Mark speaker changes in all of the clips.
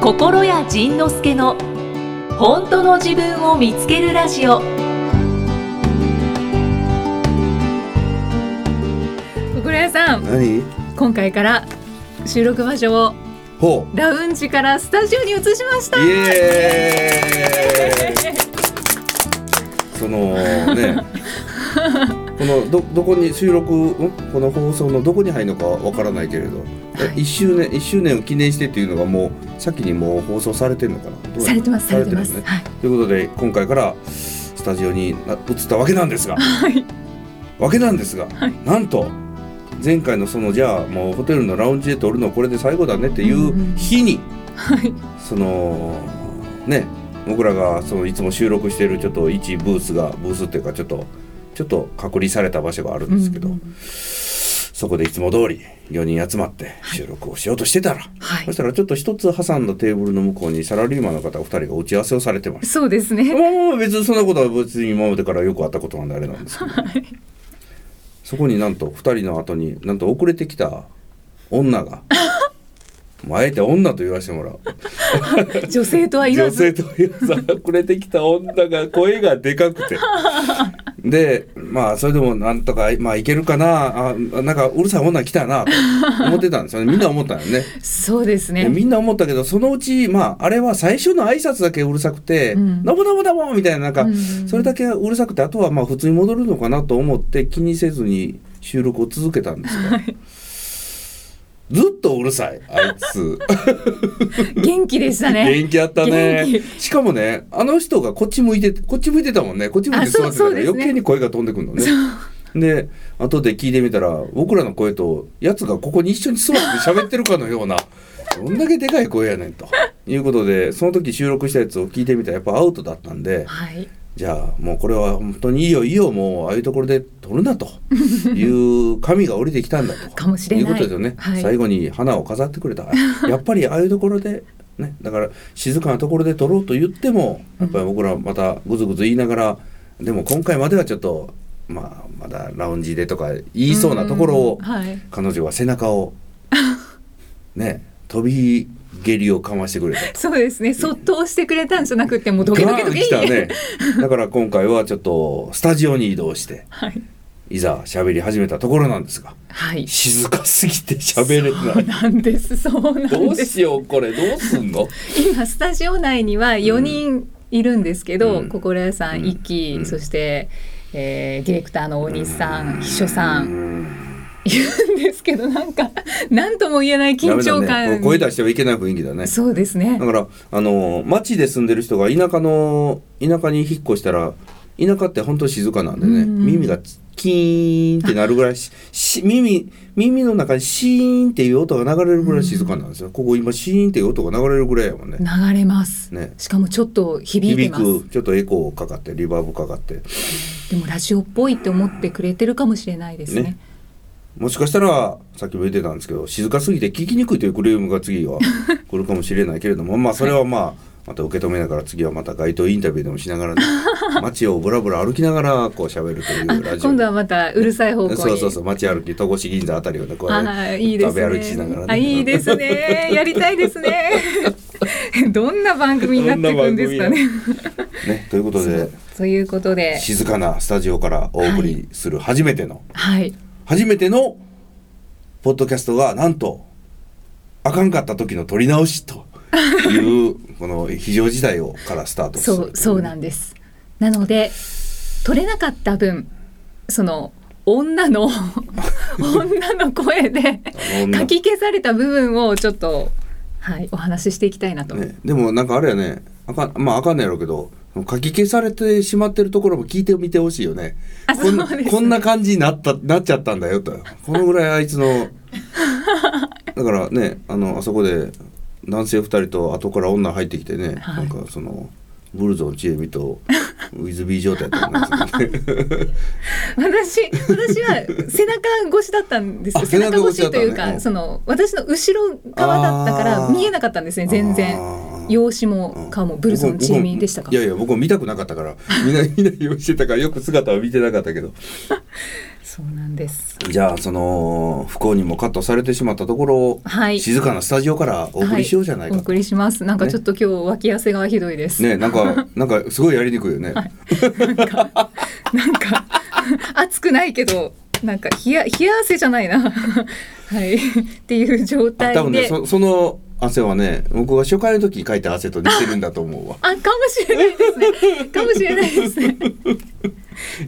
Speaker 1: 心谷仁之助の本当の自分を見つけるラジオ心谷さん
Speaker 2: 何
Speaker 1: 今回から収録場所を
Speaker 2: ほ
Speaker 1: ラウンジからスタジオに移しました
Speaker 2: うイエーイそのねこのどどこに収録んこの放送のどこに入るのかわからないけれど、え一周年一周年を記念してっていうのがもう先にもう放送されてるのかなどうなの
Speaker 1: されてますされてます
Speaker 2: されてる
Speaker 1: はい
Speaker 2: ねということで今回からスタジオにな移ったわけなんです が
Speaker 1: はい
Speaker 2: わけなんですが、なんと前回のそのじゃあもうホテルのラウンジで撮るのこれで最後だねってい
Speaker 1: んう
Speaker 2: うん日に、
Speaker 1: はい
Speaker 2: そのね僕らがそのいつも収録してるちょっと一ブースがブースっていうかちょっとちょっと隔離された場所があるんですけど、
Speaker 1: うんう
Speaker 2: そこでいつも通り4人集まって収録をしようとしてたら、
Speaker 1: は
Speaker 2: そしたらちょっと一つ挟んだテーブルの向こうにサラリーマンの方お二人が打ち合わせをされてました
Speaker 1: いそうです ね
Speaker 2: まあまあ別にそんなことは別に今までからよくあったことなんであれなんですけど、そこになんと2人の後になんと遅れてきた女がまああえて女と言わせてもらう
Speaker 1: 女性とは言わ
Speaker 2: 女
Speaker 1: ず
Speaker 2: 性というさ遅れてきた女が声がでかくてでまあそれでもなんとかまあいけるかなあなんかうるさい女来たなと思ってたんですよねみんな思ったよね。
Speaker 1: そうです
Speaker 2: で
Speaker 1: ね
Speaker 2: みんな思ったけどそのうちまああれは最初の挨拶だけうるさくて
Speaker 1: う
Speaker 2: 「
Speaker 1: ん
Speaker 2: なぼなぼなぼ」みたいななんか、
Speaker 1: うん
Speaker 2: それだけうるさくてあとはまあ普通に戻るのかなと思って気にせずに収録を続けたんですが、ずっとうるさいあいつ
Speaker 1: 元気でしたね
Speaker 2: 元気あったね
Speaker 1: 元
Speaker 2: しかもねあの人がこっち向いてこっち向いてたもんねこっち向いて座ってた
Speaker 1: あそうそう
Speaker 2: から
Speaker 1: ですね
Speaker 2: 余計に声が飛んでくるのね。で後で聞いてみたら僕らの声とやつがここに一緒に座って喋ってるかのようなどんだけでかい声やねんということでその時収録したやつを聞いてみたらやっぱアウトだったんで
Speaker 1: はい
Speaker 2: じゃあもうこれは本当にいいよいいよもうああいうところで撮る なという神が降りてきたんだと
Speaker 1: かもしれない
Speaker 2: いうことでね、
Speaker 1: はい
Speaker 2: 最後に花を飾ってく れたやっぱりああいうところで、ね、だから静かなところで撮ろうと言ってもやっぱり僕らまたぐずぐず言いながらでも今回まではちょっと、まあ、まだラウンジでとか言いそうなところを
Speaker 1: うんはい
Speaker 2: 彼女は背中 をね飛び蹴りをかましてくれた。
Speaker 1: そうですねそっと押してくれたんじゃなくてもうドキドキドキ
Speaker 2: ガーン来たねだから今回はちょっとスタジオに移動して
Speaker 1: はい
Speaker 2: いざ喋り始めたところなんですが
Speaker 1: はい
Speaker 2: 静かすぎて喋れない
Speaker 1: なんですそうなん
Speaker 2: どう
Speaker 1: です
Speaker 2: しようこれどうすんの
Speaker 1: 今スタジオ内には4人いるんですけど、
Speaker 2: うん
Speaker 1: 心屋さん一期、
Speaker 2: うん
Speaker 1: そして、えーディレクターの大西さん、秘書さん
Speaker 2: ん
Speaker 1: いるんですけどなんか何とも言えない緊張
Speaker 2: ダメだ
Speaker 1: 感、
Speaker 2: ね声出してはいけない雰囲気だね
Speaker 1: そうですね
Speaker 2: だからあの町で住んでる人が田舎の田舎に引っ越したら田舎って本当静かなんでね、
Speaker 1: うん
Speaker 2: 耳がキーンってなるぐらいしし耳耳の中にシーンっていう音が流れるぐらい静かなんですよ、ここ今シーンっていう音が流れるぐらいやもんね
Speaker 1: 流れます、
Speaker 2: ね
Speaker 1: しかもちょっと響いてます
Speaker 2: くちょっとエコーかかってリバーブかかって
Speaker 1: でもラジオっぽいって思ってくれてるかもしれないですね
Speaker 2: ねもしかしたらさっきも言ってたんですけど静かすぎて聞きにくいというクレームが次は来るかもしれないけれどもまあそれはまあまた受け止めながら次はまた街頭インタビューでもしなが ら、ね、街をぶらぶら歩きながらこう喋るとい
Speaker 1: あ
Speaker 2: うラジオ
Speaker 1: 今度はまたうるさい方向に
Speaker 2: そうそうそう街歩き戸越銀座あたりをねこう
Speaker 1: あーいいですね。
Speaker 2: 食べ歩きしながらね
Speaker 1: あいいです ね。やりたいですね。 どんな番組になっていくんですか ね。
Speaker 2: ねということで
Speaker 1: ということで、
Speaker 2: 静かなスタジオからお送りする初めての、
Speaker 1: はい。
Speaker 2: 初めてのポッドキャストがなんとあかんかった時の撮り直しというこの非常事態をからスタートする
Speaker 1: そうそうなんです。なので取れなかった分、その女 の女の声で
Speaker 2: あの女
Speaker 1: 書き消された部分をちょっとはいお話ししていきたいなと。
Speaker 2: ね、でもなんかあれやねあかんまああかんのやろうけど書き消されてしまってるところも聞いてみてほしいよね
Speaker 1: あ
Speaker 2: こんな
Speaker 1: そうですね
Speaker 2: こんな感じになったなっちゃったんだよとこのぐらいあい つのだからねあのあそこで男性2人と後から女入ってきてね、
Speaker 1: はい
Speaker 2: なんかそのブルゾンちえみとウィズビー状態だったんですよね
Speaker 1: 私私は背中越しだったんですよ
Speaker 2: あ
Speaker 1: 背中越
Speaker 2: 背中越しだ
Speaker 1: し
Speaker 2: っ
Speaker 1: と
Speaker 2: たの
Speaker 1: い
Speaker 2: ね
Speaker 1: うか、
Speaker 2: うん
Speaker 1: その私の後ろ側だったから
Speaker 2: あー
Speaker 1: 見えなかったんですね全然
Speaker 2: あー
Speaker 1: 容姿も 顔もブルゾン
Speaker 2: 僕
Speaker 1: チーミーでしたか
Speaker 2: 僕いやいや僕も見たくなかったからみんな見ないようにしてたからよく姿は見てなかったけど
Speaker 1: そうなんです。
Speaker 2: じゃあその不幸にもカットされてしまったところを、
Speaker 1: はい
Speaker 2: 静かなスタジオからお送りしようじゃないか
Speaker 1: お
Speaker 2: と、
Speaker 1: 送りします。なんか
Speaker 2: ね
Speaker 1: ちょっと今日脇汗がひどいです。
Speaker 2: ねなんかなんかすごいやりにくいよね、
Speaker 1: なんか暑くないけど、なんか冷や冷や汗じゃないな。はい。っていう状
Speaker 2: あ
Speaker 1: 態で。
Speaker 2: 多分ねそその汗はね僕が初回の時に書いた汗と似てるんだと思 うわ
Speaker 1: あ、かもしれないですね。かもしれないですね。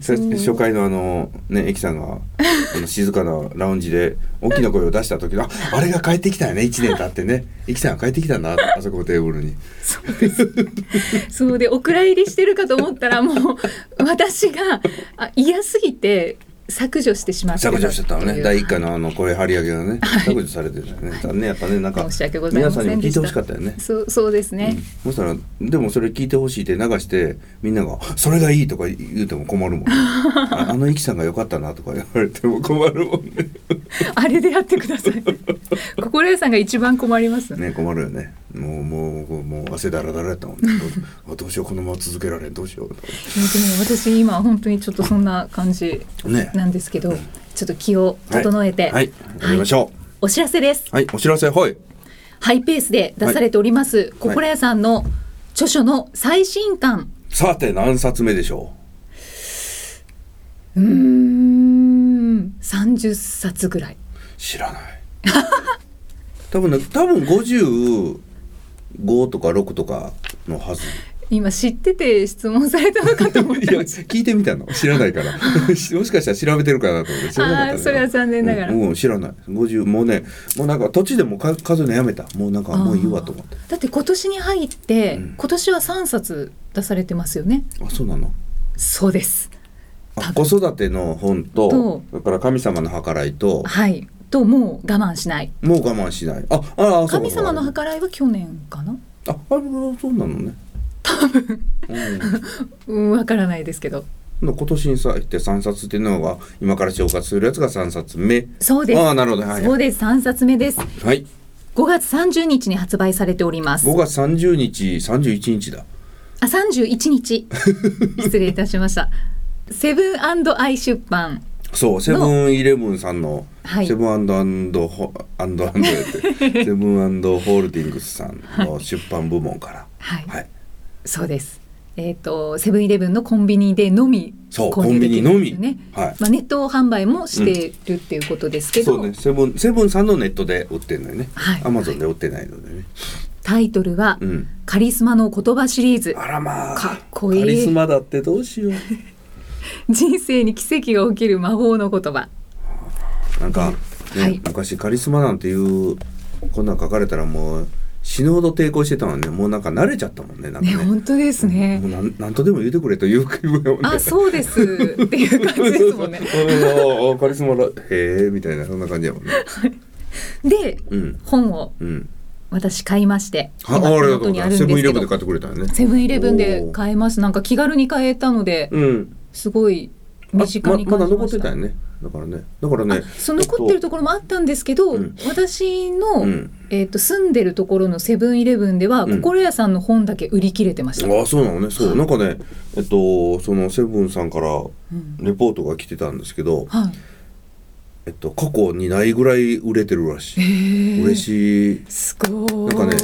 Speaker 2: さ初回のあのねえきさんがあの静かなラウンジで大きな声を出した時のああれが帰ってきたよね1年経って ねえきさんが帰ってきたんだあそこのテーブルに
Speaker 1: そうです。そうでお蔵入りしてるかと思ったらもう私があ嫌すぎて削除してしまってた
Speaker 2: 削除してた
Speaker 1: っ
Speaker 2: の
Speaker 1: てい
Speaker 2: ね
Speaker 1: う
Speaker 2: 第一回のあのこれ張り上げがね削除されてたよね残念やったねなんか
Speaker 1: 申し訳ござい
Speaker 2: 皆
Speaker 1: ませ
Speaker 2: さ
Speaker 1: ん
Speaker 2: んにも聞
Speaker 1: で
Speaker 2: い
Speaker 1: した
Speaker 2: てほしかったよね
Speaker 1: そうそうですね。
Speaker 2: そしたらでもそれ聞いてほしいって流してみんなが「それがいい」とか言うても困るもん、ね、ああのイキさんが良かったなとか言われても困るもんね
Speaker 1: あれでやってください。心屋さんが一番困りますね。
Speaker 2: ね困るよねもうもうもう汗だらだらやったもんねどうあどうしようこのまま続けられんどうしようとか
Speaker 1: いやでも私今本当にちょっとそんな感じ
Speaker 2: ね
Speaker 1: なんですけど、ちょっと気を整えて、
Speaker 2: はいはいやりましょ
Speaker 1: お知らせです。
Speaker 2: うはいお知らせはい
Speaker 1: ハイペースで出されております、心屋さんの著書の最新刊。
Speaker 2: さて何冊目でしょ
Speaker 1: うーん、三十冊ぐらい。
Speaker 2: う知らない多分ね多分55とか6とかのはず
Speaker 1: 今知ってて質問されたのかと思っ
Speaker 2: い
Speaker 1: て
Speaker 2: や
Speaker 1: ました。
Speaker 2: 聞いてみたの知らないから もしかしたら調べてるかなと思って知らなかった
Speaker 1: あーそれは残念ながら
Speaker 2: うんうん知らない50もうねもうなんか土地でもか数えるのやめたもうなんかもういいわと思って
Speaker 1: だって今年に入って、
Speaker 2: うん
Speaker 1: 今年は三冊出されてますよね。
Speaker 2: あそうなの
Speaker 1: そうです。
Speaker 2: あ
Speaker 1: 多
Speaker 2: 子育ての本と
Speaker 1: と
Speaker 2: それから神様の計らいと
Speaker 1: はい。ともう我慢しない。
Speaker 2: もう我慢しないあああそうか
Speaker 1: 神
Speaker 2: そうか
Speaker 1: 様の計らいは去年かな。
Speaker 2: ああれそうなのね多分、うん
Speaker 1: うん、わからないですけど。
Speaker 2: 今年にさって3冊っていうのが今から消化するやつが3冊目
Speaker 1: そうです。
Speaker 2: ああなるほどはい
Speaker 1: そうです。三冊目です。
Speaker 2: はい
Speaker 1: 5月30日に発売されております
Speaker 2: 5。月30日31日だ
Speaker 1: あ、31日。失礼いたしました。セブンアイ出版。
Speaker 2: そうセブンイレブンさんの
Speaker 1: はい
Speaker 2: セブンアンドアンドホアンドアンドやっ てセブンアンドホールディングスさんの出版部門から
Speaker 1: はい。
Speaker 2: はい
Speaker 1: そうです。えっ、とセブンイレブンのコンビニでのみ
Speaker 2: そう
Speaker 1: 購入できるんですよ
Speaker 2: コンビニのみはい
Speaker 1: まあネット販売もしてるっていうことですけど、
Speaker 2: そうねセブンセブンさんのネットで売ってるのよね
Speaker 1: はい
Speaker 2: アマゾンで売ってないのでね
Speaker 1: タイトルは、
Speaker 2: うん
Speaker 1: カリスマの言葉シリーズ
Speaker 2: あらまあ
Speaker 1: かっこいい
Speaker 2: カリスマだってどうしよう
Speaker 1: 人生に奇跡が起きる魔法の言葉
Speaker 2: なんか、ね
Speaker 1: はい
Speaker 2: 昔カリスマなんていうこんなん書かれたらもう死ぬほど抵抗してたのにねもうなんか慣れちゃったもんねなんか
Speaker 1: ね
Speaker 2: ね
Speaker 1: 本当ですね、
Speaker 2: もうなんなんとでも言うてくれという気分よね
Speaker 1: あそうですっていう感じですもんね
Speaker 2: ああカリスマだへえみたいなそんな感じやもんね。
Speaker 1: で
Speaker 2: うん
Speaker 1: 本を
Speaker 2: うん。
Speaker 1: 私買いまして
Speaker 2: はあ
Speaker 1: 今
Speaker 2: あ
Speaker 1: 手
Speaker 2: りが
Speaker 1: 元
Speaker 2: とうご
Speaker 1: にあ
Speaker 2: ざいま
Speaker 1: るん
Speaker 2: す。セ
Speaker 1: で
Speaker 2: ブン
Speaker 1: すけ
Speaker 2: イレブンで
Speaker 1: ど
Speaker 2: 買ってくれたよね。
Speaker 1: セブンイレブンで
Speaker 2: おー
Speaker 1: 買えますなんか気軽に買えたので
Speaker 2: うん。
Speaker 1: すごい身近に
Speaker 2: あまま
Speaker 1: 感
Speaker 2: だ
Speaker 1: じま
Speaker 2: 残っ
Speaker 1: してた
Speaker 2: たよね。だからね。だからね。
Speaker 1: その残ってる
Speaker 2: と。
Speaker 1: ところもあったんですけど、
Speaker 2: うん
Speaker 1: 私の、
Speaker 2: うん
Speaker 1: えー、と住んでるところのセブンイレブンでは、
Speaker 2: うん
Speaker 1: 心屋さんの本だけ売り切れてました、
Speaker 2: ああそうなのね。そうなんかねえっとそのセブンさんから
Speaker 1: うん
Speaker 2: レポートが来てたんですけど、
Speaker 1: はい、
Speaker 2: えっと過去にないぐらい売れてるらしい。嬉
Speaker 1: 嬉い
Speaker 2: しい。
Speaker 1: すごい
Speaker 2: なんかね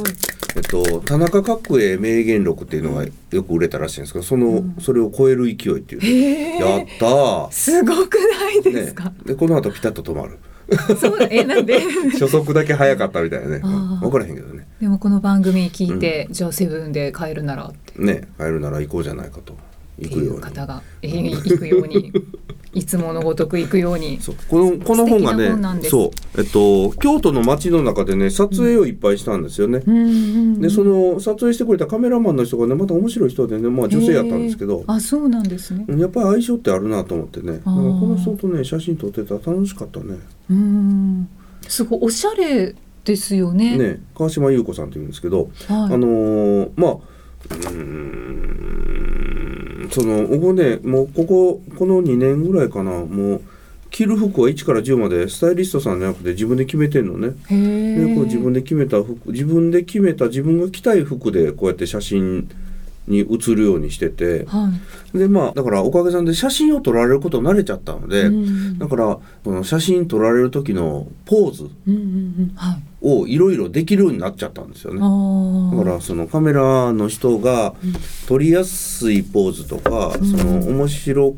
Speaker 2: えっと、田中角栄名言録っていうのがよく売れたらしいんですけどその、
Speaker 1: うん
Speaker 2: それを超える勢いっていう、
Speaker 1: へ
Speaker 2: や
Speaker 1: え
Speaker 2: ったー
Speaker 1: すごくないですか、
Speaker 2: ね、でこの後ピタッと止まる
Speaker 1: そうえなん で
Speaker 2: 初速だけ早かったみたいなね
Speaker 1: あー
Speaker 2: 分からへんけどね
Speaker 1: でもこの番組聞いて、じゃあセブンで買えるならって
Speaker 2: ね帰るなら行こうじゃないかと行
Speaker 1: って
Speaker 2: く
Speaker 1: い
Speaker 2: よ
Speaker 1: う
Speaker 2: うに
Speaker 1: 方が、えー行くようにいつものごとく行くように
Speaker 2: そうこのこの本が
Speaker 1: 素敵な本なん
Speaker 2: ね
Speaker 1: です
Speaker 2: そう、えっと、京都の街の中でね撮影をいっぱいしたんですよね、
Speaker 1: うんうんうん
Speaker 2: でその撮影してくれたカメラマンの人がねまた面白い人でね、まあ、女性やったんですけど、
Speaker 1: へーあそうなんですね
Speaker 2: うんやっぱり相性ってあるなと思ってねなんか
Speaker 1: あ
Speaker 2: こ
Speaker 1: ー
Speaker 2: の人とね写真撮ってたら楽しかったね
Speaker 1: うんすごいおしゃれですよね
Speaker 2: ね川島優子さんっていうんですけど、
Speaker 1: はい、
Speaker 2: あのーまあうーんその僕ねもうこここの2年ぐらいかなもう着る服は1から10までスタイリストさんじゃなくて自分で決めてんのね。
Speaker 1: へえ
Speaker 2: でこう自分で決めた服自分で決めた自分が着たい服でこうやって写真に映るようにしてて
Speaker 1: は
Speaker 2: でまあだからおかげさんで写真を撮られることに慣れちゃったの
Speaker 1: い。
Speaker 2: で、
Speaker 1: うん
Speaker 2: だからこの写真撮られる時のポーズ
Speaker 1: うんうんうんはい。
Speaker 2: をいろいろできるようになっちゃったんですよね。だ
Speaker 1: ああ。
Speaker 2: からそのカメラの人が撮りやすいポーズとか、
Speaker 1: ん
Speaker 2: その面白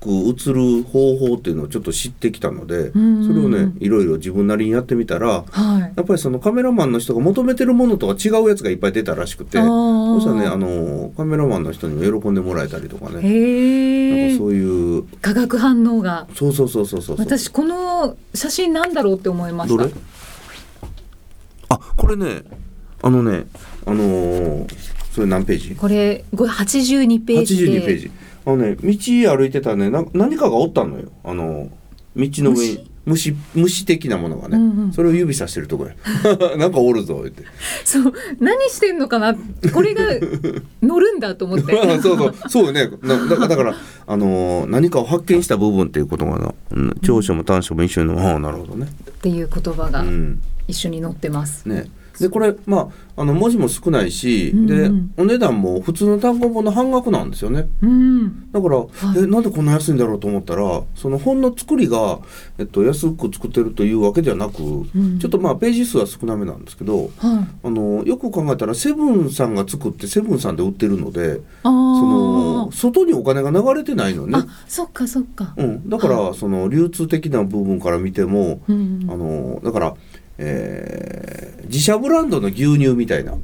Speaker 2: く映る方法っていうのをちょっと知ってきたので、
Speaker 1: うん
Speaker 2: それをねいろいろ自分なりにやってみたら
Speaker 1: はい。
Speaker 2: やっぱりそのカメラマンの人が求めてるものとは違うやつがいっぱい出たらしくて
Speaker 1: あー
Speaker 2: そしたらねあのカメラマンの人にも喜んでもらえたりとかね
Speaker 1: へ
Speaker 2: なんか
Speaker 1: え
Speaker 2: そ。ういう
Speaker 1: 化学反応が。
Speaker 2: そうそうそうそうそうそう
Speaker 1: 私この写真なんだろうって思いまし
Speaker 2: ど
Speaker 1: た。
Speaker 2: れあこれねあのねあのーそれ何ページ
Speaker 1: これご82ページで。
Speaker 2: 82ページあのね道歩いてたらねな何かがおったのよあの道の上に虫虫的なものがね、
Speaker 1: うんうん
Speaker 2: それを指さしてると こやなんかおるぞ言って
Speaker 1: そう何してんのかなこれが乗るんだと思 って
Speaker 2: そうそうそうよねなだからだからあのー何かを発見した部分っていうことがな、うん長所も短所も一緒のああなるほどね
Speaker 1: っていう言葉
Speaker 2: う
Speaker 1: が
Speaker 2: ん
Speaker 1: 一緒に載ってます。
Speaker 2: ねでこれまああの文字も少ないし、
Speaker 1: うん
Speaker 2: でお値段も普通の単行本の半額なんですよね
Speaker 1: うん。
Speaker 2: だから、えなんでこんな安いんだろうと思ったらその本の作りが、えっと、安く作ってるというわけではなく、
Speaker 1: ん
Speaker 2: ちょっとまあページ数は少なめなんですけど
Speaker 1: はい。
Speaker 2: あのよく考えたらセブンさんが作ってセブンさんで売ってるので
Speaker 1: ああ。
Speaker 2: その外にお金が流れてないのね
Speaker 1: あ、そっかそっか。
Speaker 2: うん、だからその流通的な部分から見ても、
Speaker 1: うん
Speaker 2: あのだから、えー自社ブランドの牛乳みたいな。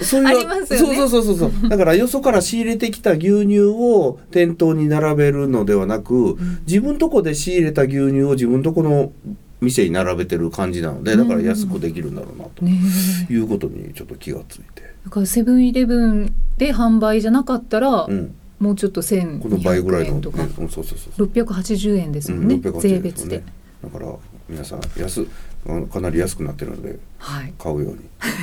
Speaker 2: そういう
Speaker 1: ありますよね
Speaker 2: そうそうそうそう そう。だからよそから仕入れてきた牛乳を店頭に並べるのではなく、自分とこで仕入れた牛乳を自分とこの店に並べてる感じなので、だから安くできるんだろうなと
Speaker 1: ねえ。
Speaker 2: いうことにちょっと気がついて、
Speaker 1: だからセブンイレブンで販売じゃなかったら、
Speaker 2: うん、
Speaker 1: もうちょっと千
Speaker 2: この倍ぐらいの、
Speaker 1: 円
Speaker 2: ね、
Speaker 1: と
Speaker 2: うん
Speaker 1: か、
Speaker 2: そうそうそうそう。
Speaker 1: 六百八十円ですもんね。
Speaker 2: 680
Speaker 1: 税別で
Speaker 2: ね。だから皆さん安あのかなり安くなってるので
Speaker 1: はい。
Speaker 2: 買うように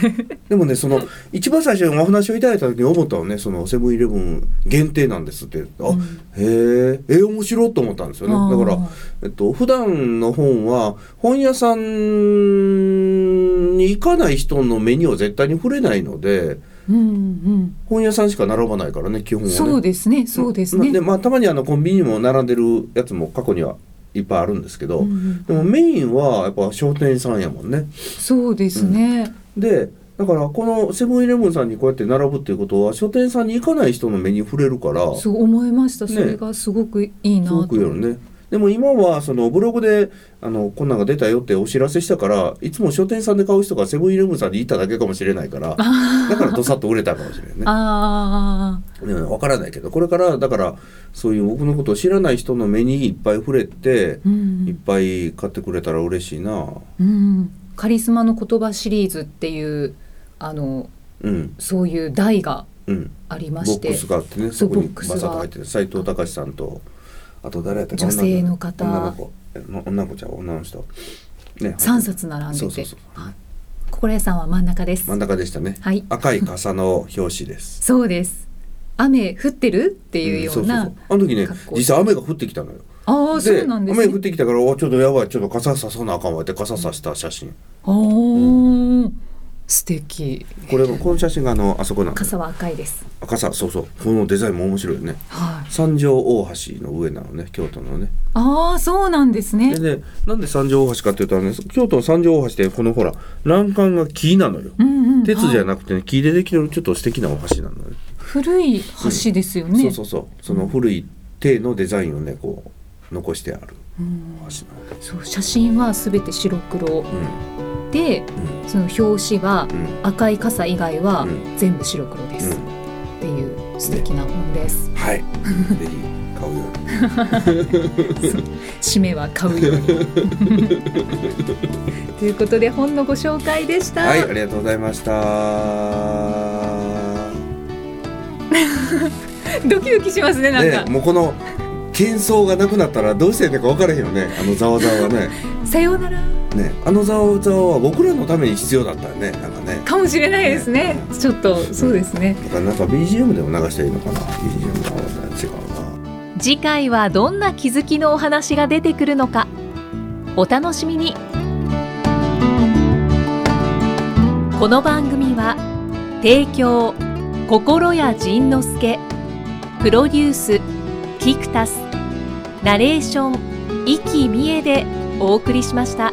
Speaker 2: でもねその一番最初にお話をいただいた時に思ったのねそのセブンイレブン限定なんですってあ、
Speaker 1: うん
Speaker 2: へええ面白いと思ったんですよ
Speaker 1: あ
Speaker 2: ね
Speaker 1: ー
Speaker 2: だから、えっと普段の本は本屋さんに行かない人の目には絶対に触れないので
Speaker 1: うん
Speaker 2: 本屋さんしか並ばないからね基本
Speaker 1: うん。
Speaker 2: はね。
Speaker 1: そうですね。そうです
Speaker 2: ま
Speaker 1: ね。
Speaker 2: でまあたまにあのコンビニにも並んでるやつも過去にはいっぱいあるんですけど、
Speaker 1: うんうん
Speaker 2: でもメインはやっぱ商店さんやもんね。
Speaker 1: そうですね。
Speaker 2: でだからこのセブンイレブンさんにこうやって並ぶっていうことは書店さんに行かない人の目に触れるからす
Speaker 1: そう思いました。
Speaker 2: ね
Speaker 1: それがすごくいいな
Speaker 2: ご
Speaker 1: と。
Speaker 2: くよね。でも今はそのブログであのこんなんが出たよってお知らせしたからいつも書店さんで買う人がセブンイレブンさんに行っただけかもしれないからだからどさっと売れたかもしれないね。
Speaker 1: あ
Speaker 2: ね、わからないけどこれからだからそういう僕のことを知らない人の目にいっぱい触れて
Speaker 1: あ。う
Speaker 2: いっ
Speaker 1: ん
Speaker 2: ぱい買ってくれたら嬉しいな。
Speaker 1: うん。カリスマの言葉シリーズっていうあの
Speaker 2: うん、
Speaker 1: そういう題が
Speaker 2: うん。
Speaker 1: あり
Speaker 2: ボ
Speaker 1: まし
Speaker 2: ック
Speaker 1: て
Speaker 2: ス。があってね、
Speaker 1: そ
Speaker 2: そうこに
Speaker 1: ボッ
Speaker 2: バ
Speaker 1: クスが
Speaker 2: サッと入ってて、斉藤隆さんと。あと誰やったっけ
Speaker 1: 女性の方
Speaker 2: 女の子。女の子え女の子ちゃん、女の人。ね。
Speaker 1: 三冊並んでて。
Speaker 2: そうそうそう
Speaker 1: はい。心屋さんは真ん中です
Speaker 2: 真ん。中でしたね。
Speaker 1: はい
Speaker 2: 赤い傘の表紙です。
Speaker 1: そうです。雨降ってるって
Speaker 2: て
Speaker 1: いうような。
Speaker 2: そうそうそうあの時ね
Speaker 1: 格好
Speaker 2: 実際雨が降ってきたのよ
Speaker 1: ああ、そうなんです
Speaker 2: 雨降っ
Speaker 1: ね。
Speaker 2: てきたからおちょっとやばいちょっと傘ささなあかんわって傘さした写真
Speaker 1: ああ、素敵。
Speaker 2: これこの写真があのあそこなん
Speaker 1: 傘は赤いです。
Speaker 2: 傘そうそうこのデザインも面白いよね
Speaker 1: はい。
Speaker 2: 三条大橋の上なのね京都のね
Speaker 1: ああ、そうなんですね
Speaker 2: で。ねなんで三条大橋かっていうとね京都の三条大橋ってこのほら欄干が木なのよ、
Speaker 1: うんうん。
Speaker 2: 鉄じゃ
Speaker 1: はい
Speaker 2: なくてね木でできてるちょっと素敵なお橋なのね
Speaker 1: 古い橋ですよね。
Speaker 2: そうそうそうその古い体のデザインをねこう残してある
Speaker 1: うん
Speaker 2: 橋なの
Speaker 1: そう写真はすべて白黒で、
Speaker 2: う
Speaker 1: その表紙は
Speaker 2: んうんうん
Speaker 1: 赤い傘以外は
Speaker 2: うん
Speaker 1: 全部白黒です、
Speaker 2: う
Speaker 1: っ
Speaker 2: ん
Speaker 1: ていう素敵な本です。
Speaker 2: はいぜひ買うように
Speaker 1: 締めは買うよう に。ということで本のご紹介でした。
Speaker 2: はいありがとうございました
Speaker 1: ドキドキしますねなんか、
Speaker 2: ねもうこの喧騒がなくなったらどうしてんのか分からへんよねあのざわざわがね
Speaker 1: さようなら
Speaker 2: ねあのざわざわは僕らのために必要だったよねなんかね
Speaker 1: かもしれないですねちょっとそうですね
Speaker 2: だからなんか BGM でも流したらいいのかな BGM が違うな
Speaker 1: 次回はどんな気づきのお話が出てくるのかお楽しみにこの番組は提供心谷仁之助プロデュースキクタスナレーション生きみえでお送りしました。